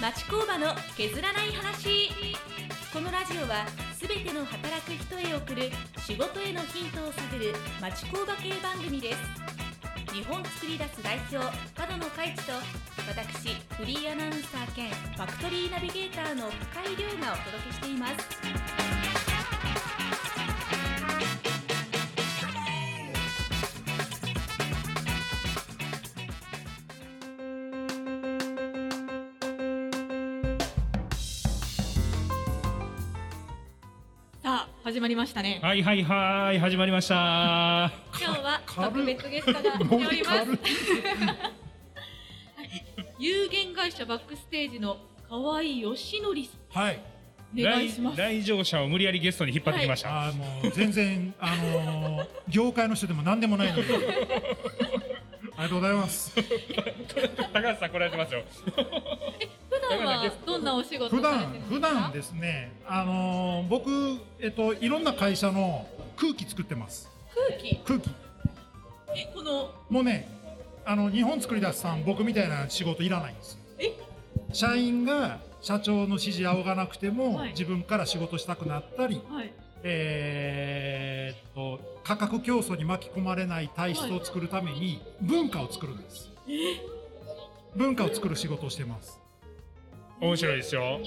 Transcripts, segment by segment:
町工場の削らない話このラジオはすべての働く人へ送る仕事へのヒントを探る町工場系番組です日本作り出す代表角野海地と私フリーアナウンサー兼ファクトリーナビゲーターの深井亮がお届けしていますさあ始まりましたね。はいはいはい始まりました。今日は軽っ特別ゲストが来ており ます。有限会社バックステージの河合義則さはい。ん、お願いします。来来場者を無理やりゲストに引っ張ってきました。あーもう全然あのー業界の人でも何でもないので。ありがとうございます。高橋さん来られてますよ。普段はどんなお仕事普されて段るんで普すか。段ですね、あのー僕えっといろんな会社の空気作ってます。空気空気えこのもうね、あの日本作り出すさん僕みたいな仕事いらないんですよ。え社員が社長の指示仰がなくても、はい自分から仕事したくなったり、はいえーっと価格競争に巻き込まれない体質を作るために文化を作るんです、文化を作る仕事をしてます面白いですよ。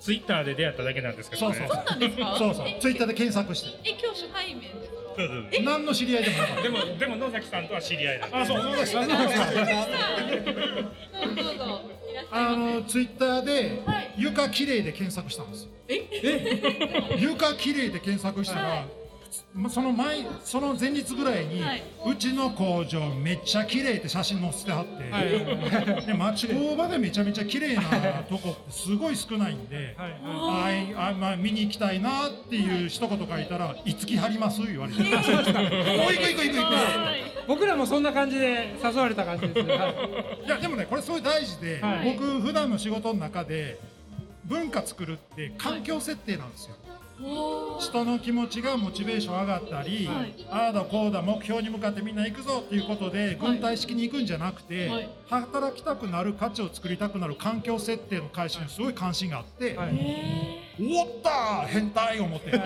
ツイッターで出会っただけなんですけどそうね。そうそうなんですか。 そうそうえツイッターで検索しえて今日初対面ですか。そうそう何の知り合いでもなかっでもでも野崎さんとは知り合いだった。たあそうそうですどうぞどうぞいらっしゃあいまのツイッターではい「床きれい」で検索したんですよえ床きれいで検索したら、はいまその前その前日ぐらいに、はいうちの工場めっちゃ綺麗って写真載せてはって、はい で町工場でめちゃめちゃ綺麗なとこってすごい少ないんで、はいす。はああいあまあ、見に行きたいなっていう一言書いたら「いつきはります?」言われ て「おい行く行く行く行ーはくい僕らもそんな感じで誘われた感じです、はい、」いやでもねこれすごい大事で、はい僕普段の仕事の中で文化作るって環境設定なんですよ。おー人の気持ちがモチベーション上がったり、はいああだこうだ目標に向かってみんな行くぞっていうことで軍隊式に行くんじゃなくて、はい働きたくなる価値を作りたくなる環境設定の会社にすごい関心があって、はえい、おったー変態思って。い。変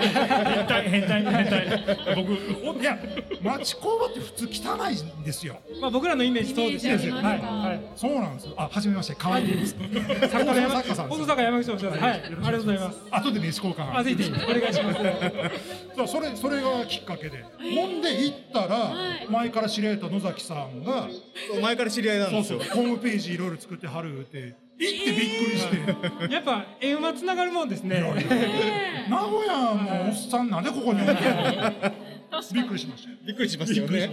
態変態変態。僕おいや町工場って普通汚いんですよまあ僕らのイメージそうですイメねージありますかはいはいそうなんですよあ、はじめまして、河合 です大作家の阪山作家さんで大す阪山口おっしゃるはいありがとうございます後で名刺交あ換ぜひぜひお願いします そうそれそれがきっかけでほんで行ったら、はい前から知り合いだった野崎さんがそう前から知り合いなんそでうすそうよホームページいろいろ作ってはるって行ってびっくりして、やっぱ縁はつながるもんですね名古屋のおっさんなんでここにお るのびっくりしましたよびっくりしますよね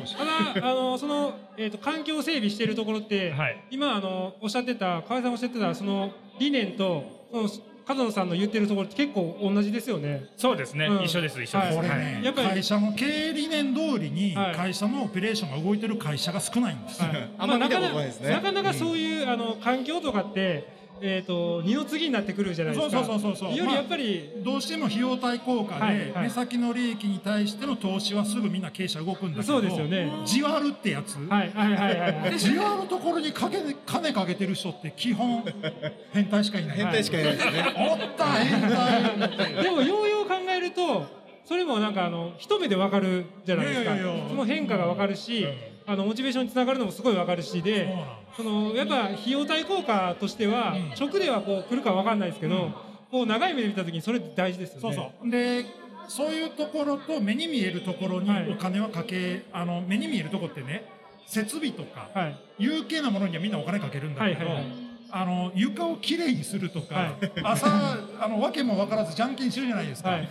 ただあのその、えー、と環境整備しているところって、はい今あのおっしゃってた河合さんおっしゃってたその理念とその角野さんの言ってるところって結構同じですよねそうですね、うん一緒です一緒です。これはいね、やっぱり会社の経営理念通りにはい会社のオペレーションが動いてる会社が少ないんです、あんま見たことないですねなかなかそういう、あの環境とかって、えっ、と二の次になってくるじゃないですか。そうそうそうそうそうよりやっぱり、どうしても費用対効果はでいはい目先の利益に対しての投資はすぐみんな経営者動くんだけどそうですよねじわるってやつ、はいはいはいはい はい。じわるところにかけ金かけてる人って基本変態しかいない変態しかいないですねおった変態でもようよう考えると、それもなんかあの一目でわかるじゃないですか。いやいやいやその変化がわかるし、あのモチベーションにつながるのもすごいわかるしで、そのやっぱ費用対効果としては、直ではこう来るかわかんないですけど、こう長い目で見た時 にそれって大事ですよね。そうそうでそういうところと目に見えるところにはいお金はかけ、あの目に見えるところってね設備とか、はい有形なものにはみんなお金かけるんだけど、はいはいはいあの床をきれいにするとか、はい朝あの訳も分からずじゃんけんしてるじゃないですか、はいで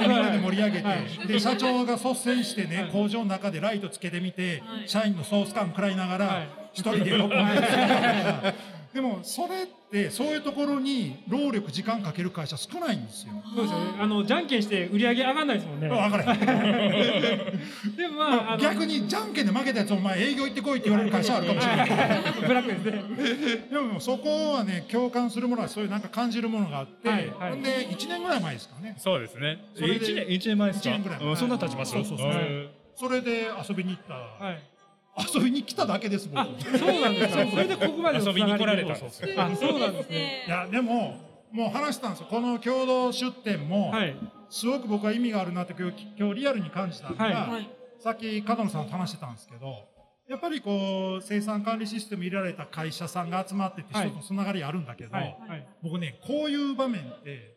みんなで盛り上げて、はいで社長が率先してね、はい工場の中でライトつけてみて、はい社員のソース感食らいながら、はい一人で喜んでるでもそれってってそういうところに労力時間かける会社少ないんですよ。そうですよね。あのじゃんけんして売り上げ上がんないですもんね。分から へんでもまああの逆にじゃんけんで負けたやつお前営業行ってこいって言われる会社あるかもしれないブラックですね。でもそこはね共感するものはそういうなんか感じるものがあって、はいはいほんで1年ぐらい前ですかねそうですね。それで一年一年前ですか。一年ぐらい前うんそんな経ちます。そうそうそううんそれで遊びに行った、はい。遊びに来ただけです僕あい、そうなんですか。それでここまでの遊びに来られたんですつな がりあ、そうなんですね。ねやでももう話したんですよこの共同出店も、はい。すごく僕は意味があるなって今日今日リアルに感じたのが、はいはい。さっき角野さんと話してたんですけどやっぱりこう生産管理システム入れられた会社さんが集まっててはい人とつながりあるんだけど、はい。はい。僕ねこういう場面って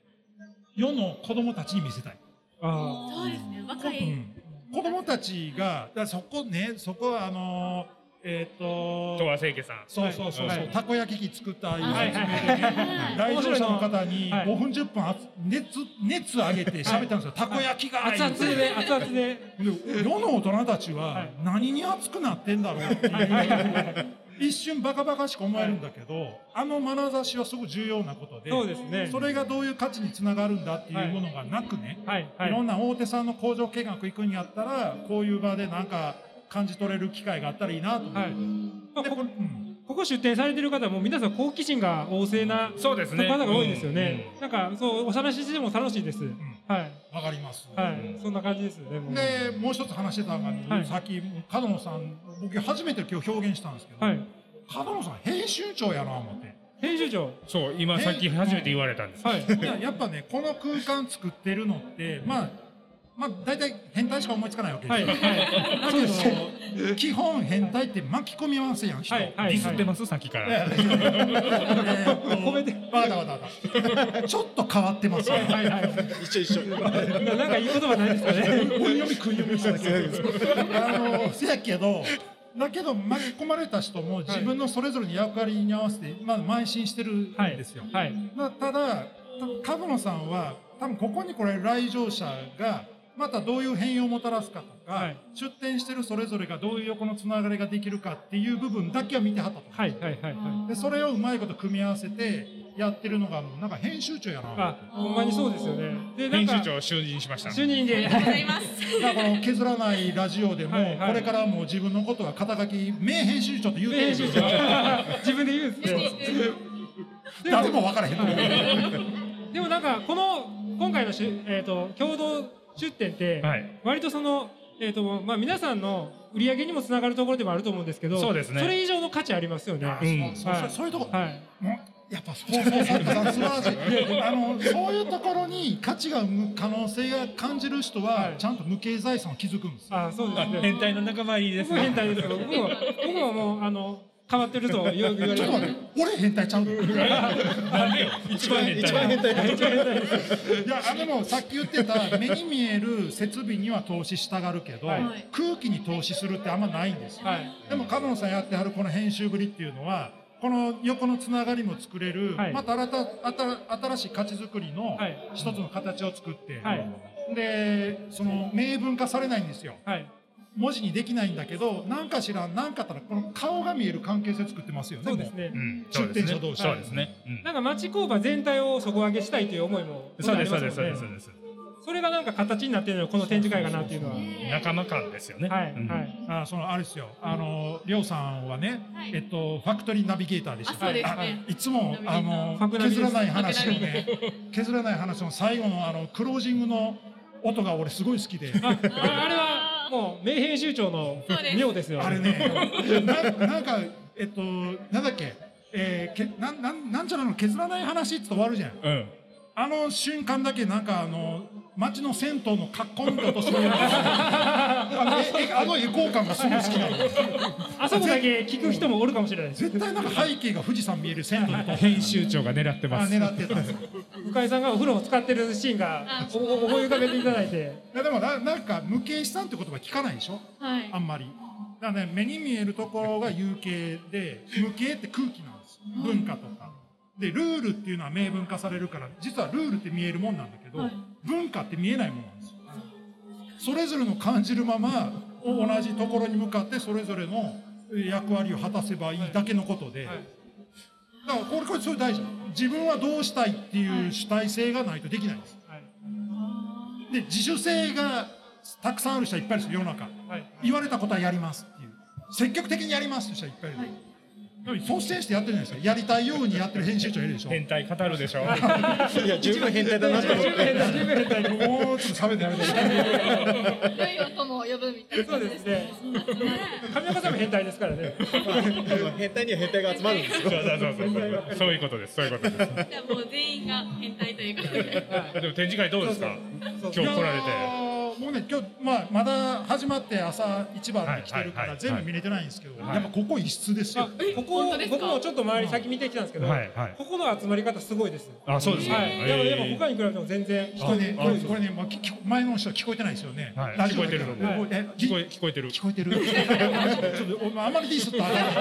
世の子供たちに見せたい。あそうですね。若うい。ん子供たちが、だからそこね、そこはあのーえっ、とと、和清家さん。そうそうそうそう、はいたこ焼き器作ったああいうはい説明でね、来場者の方にはい5分10分あつ熱熱上げて喋ったんですよ、たこ焼きがあ。熱言うて々で熱々で。で世の大人たちははい何に熱くなってんだろうっていう一瞬バカバカしく思えるんだけど、あの眼差しはすごく重要なことでそうですね。それがどういう価値につながるんだっていうものがなくね、、はい。はいろい。んな大手さんの工場見学行くんやったらこういう場でなんか感じ取れる機会があったらいいなと思って、はい。まあでこここれうんここ出店されてる方も皆さん好奇心が旺盛なそうですね。方が多いですよねうん。なんかそうお話ししても楽しいです。はい。わかります、はい。そんな感じですよね。もうでもう一つ話してたのが、はいさっき角野さん僕初めて今日表現したんですけど、はい。角野さん編集長やな思って編集長。そう今さっき初めて言われたんです。はい。いややっぱねこの空間作ってるのってまあまあ大体変態しか思いつかないわけですはい。よ、はい。そうですね。ど基本変態って巻き込みますやん人、はい。デはい。。ィスってますすさっきかいら。やいやいやえーっとごめんねわかったわかったわかったちょっと変わってますよ、はい。はい。一緒一緒。ななんかいい言葉ないですかね。訓読み訓読みしただけあのせやけどだけど巻き込まれた人も自分のそれぞれの役割に合わせて、まあ、邁進してるんはいですよ、はい。まあただた角野さんは多分ここに来られる来場者がまたどういう変容をもたらすかとか、はい出店してるそれぞれがどういう横のつながりができるかっていう部分だけは見てはったと思うはい。はい。はい。はい。でそれをうまいこと組み合わせてやってるのがもうなんか編集長やなあ、ほんまにそうですよね。で、なん編か集長就任しました。就任で。ありがとうございます。だからこの削らないラジオでも、はいはいこれからも自分のことは肩書き名編集長と言うてるんで編集すよ長。自分で言うんですね。で誰も、も分からへんと思う、でもなんか、この、今回のし、えっ、と、共同出店って、はい。割とその、えっ、と、まあ、皆さんの売り上げにもつながるところでもあると思うんですけど。そうですねそれ以上の価値ありますよね。はあい。うんそうそうそういうとこ、もうやっぱそうそうそうさすがらしいあのそういうところに価値が生む可能性が感じる人は、はいちゃんと無形財産を築くんですよあ、そうですね。変態の仲間入りです 僕。変態ですよ。僕も、僕ももう、あの、変わってるとよく言われちょっとる。待って俺変態ち ゃうのいなんでよ一番変態。一番変態。やあでもさっき言ってた 目に見える設備には投資したがるけど、はい空気に投資するってあんまないんですよはい。でもカノンさんやってはるこの編集ぶりっていうのはこの横のつながりも作れる、はいまた新た新新しい価値づくりのはい一つの形を作って、はい。でその明文化されないんですよはい。文字にできないんだけど何かしら何かあったらこの顔が見える関係性作ってますよねそうですもねう。ん。そうです出ね店者同。士そうですね。うんなんか町工場全体を底上げしたいという思いもそうですそうですそあうりでますそもんうねです。それがなんか形になってるのがこの展示会かなっていうのはは仲間感ですよね。いうんはいあそのあれですよあのりょうさんはね、えっとファクトリーナビゲーターでしたあそうですねあいつもあのファクナビで削すらない話のね削らない話の最後のあのクロージングの音が俺すごい好きで。あああれはもう名編集長のそうです妙ですよあれね、ななんか、えっと、なんだっけ、えー、けなんなんなんちゃらの削らない話って言って終わるじゃん。うん。あの瞬間だけ、なんかあの、街の銭湯のかっこいい音するあのええあのエコー感がすごい好きなの。あそこだけ聞く人もおるかもしれないです絶対なんか背景が富士山見える銭湯のと編集長が狙ってあます。狙ってたんですよ。向井さんがお風呂を使ってるシーンがおお思い浮かべていただいていやでもななんか無形資産って言葉聞かないでしょはいあ。んまりだからね目に見えるところが有形で無形って空気なんです文化とかでルールっていうのは明文化されるから実はルールって見えるもんなんだけど、はい文化って見えないもんなんですよそれぞれの感じるまま同じところに向かってそれぞれの役割を果たせばいいだけのことで、はいだからこれこれそれ大事自分はどうしたいっていう主体性がないとできないんです、はいで自主性がたくさんある人はいっぱいいるんですよ世の中はい言われたことはやりますっていう積極的にやりますって人はいっぱいいる、率先してやってるじゃないですかやりたいようにやってる編集長いるでしょ変態語るで しょ。いや十分変態だなと思ってもうちょっと喋ってやめて良い音も呼ぶみたいな。そうですね上岡さんも変態ですからね変態には変態が集まるんですそうよそうそうそう。そういうことです。そういうことです。じゃあもう全員が変態ということ で。でも展示会どうですか。今日来られいやて。ーもうね今日、まあ、まだ始まって朝一番に来てるかはいはいはらい全部見れてないんですけど、はいやっぱここ一室ですよ、あここ僕もちょっと周り先見てきたんですけど、はいはいここの集まり方すごいですあ、そうですか。はい、でもでえもー他に比べても全然これねあこれそうこれね、まあ、きき前の人は聞こえてないですよね、はいラジオだけど聞こえてるのえ聞こえ聞こえてる。聞こえてるちょっとお前あんまりディスったらあ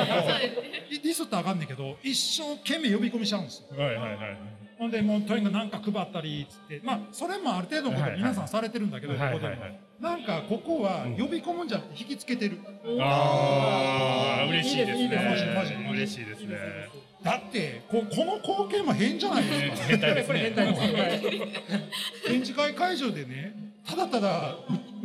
かんねんけどディスったらあかんねんけど一生懸命呼び込みしちゃうんですよはいはいはい。ほんでもうとにかく何か配ったりっつってまあそれもある程度のことは皆さんされてるんだけど、はいはいここでも、はいはいなんかここは呼び込むんじゃなくて引きつけてる、ああー、嬉しいですいいですマジでマジでね。マジで嬉しいですね。だってここの光景も変じゃないですか変態ですこれ変ね。態ですよ、はい展示会会場でねただただう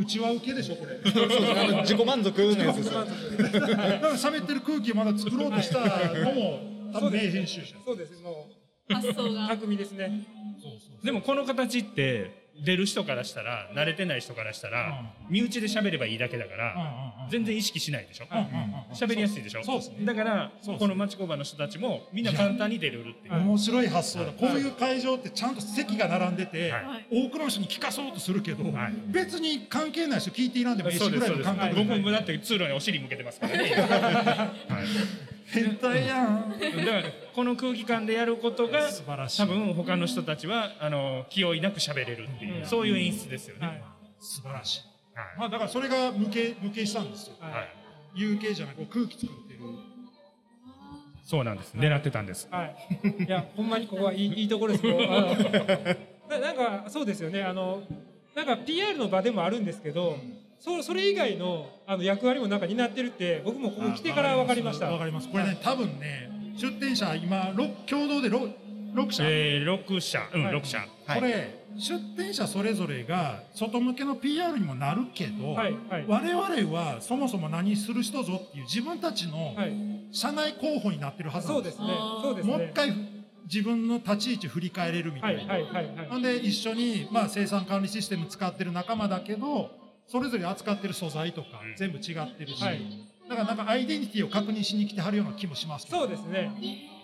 うちは受けでしょこれあの自己満足のやつですよだから喋ってる空気をまだ作ろうとしたのも多分名編集者そうですも発想うが。巧みですね でもこの形って出る人からしたら慣れてない人からしたら身内で喋ればいいだけだから全然意識しないでしょ。喋りやすいでしょ。そうですねだからそうですねこの町工場の人たちもみんな簡単に出れるっていう。面白い発想だ、はいこういう会場ってちゃんと席が並んでて、はい多くの人に聞かそうとするけど、はい別に関係ない人聞いていらんでもいいそしうぐですらそいうのです感。覚で、僕もだって通路にお尻向けてますからね。 はい変態やんだからこの空気感でやることが素晴らしい多分他の人たちはあの気負いなく喋れるっていうそういう演出ですよね。はい素晴らしい、まあ、だからそれが無形無形したんですよはい、はい有形じゃなく空気作ってるそうなんです。狙ってたんです。はい、いやほんまにここはいいいいところですこうあ のななんかそうですよねあのなんか PR の場でもあるんですけど、そそれ以外のあの役割もなんか担ってるって僕もここ来てから分かりましたわかりますこれね多分ね出店者今六共同でろ六社、えー、六社、うん、六社。はいこれ出店者それぞれが外向けの PR にもなるけど、はいはい我々はそもそも何する人ぞっていう自分たちのはい社内候補になってるはずなそんうでですすねそうですねもう一回自分の立ち位置振り返れるみたはいいな、はいはいはいなんで一緒に、まあ、生産管理システム使ってる仲間だけどそれぞれ扱ってる素材とかうん全部違ってるし、はいだからなんかアイデンティティを確認しに来てはるような気もしますけどそうですね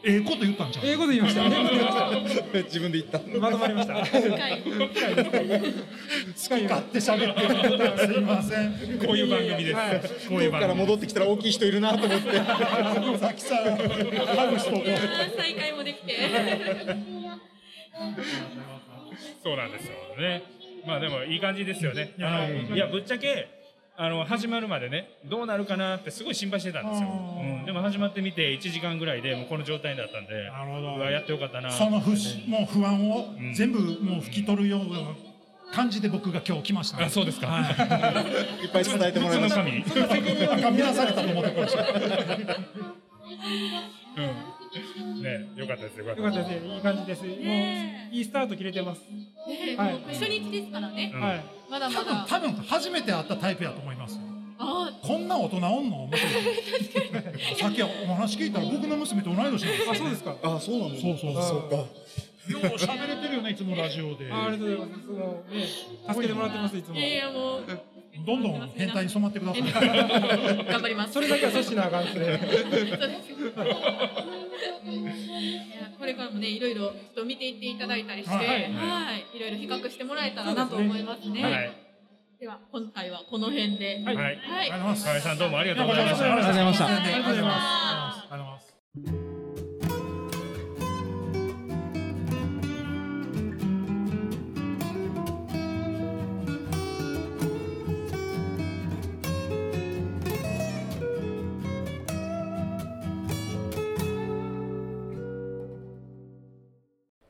ええこと言ったんじゃん英語で言いました ね自分で言ったまとまりました深い。近い勝手喋ってるすいませんこういう番組はでいす。こうい遠うくか番ら組。戻ってきたら大きい人いるなと思ってさきさんハグしとこう再会もできて。そうなんですよね。まあでもいい感じですよね。あうのんいやぶっちゃけあの始まるまでねどうなるかなってすごい心配してたんですよ。あうーん、でも始まってみて1時間ぐらいでもうこの状態だったんで、なるほどうわやってよかったな。その不しもう不安をん全部もう拭き取るような感じで僕が今日来ました、あそうですか。いっぱい伝えてもらいましそたの神なんか乱されたと思ってこうれん。ねよかったですよかったよかったですねいい感じですもうねいいスタート切れてますねはいもう初日ですからね。うんはいまだ多ま 分だ。多分初めて会ったタイプやと思いますあこんな大人おんの思ってたさっきお話聞いたら僕の娘と同い年なんですよあそうですかあそうなんだそうそうそうかよう喋れてるよねいつもラジオであありがとうございますもうね助けてもらってますいついもやいやもう。どんどん変態に染まってください頑張ります。それだけは阻止なあかんですねそうですよいやこれからもね、いろいろちょっと見ていっていただいたりして、ははいい、はいいろいろ比較してもらえたらなと思いますね。はい。では、今回はこの辺で。はい。はい。ありがとうございます河合さんどうもありがとうございました。ありがとうございましたありがとうございます。ありがとうございます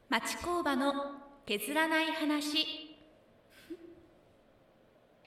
町工場の削らない話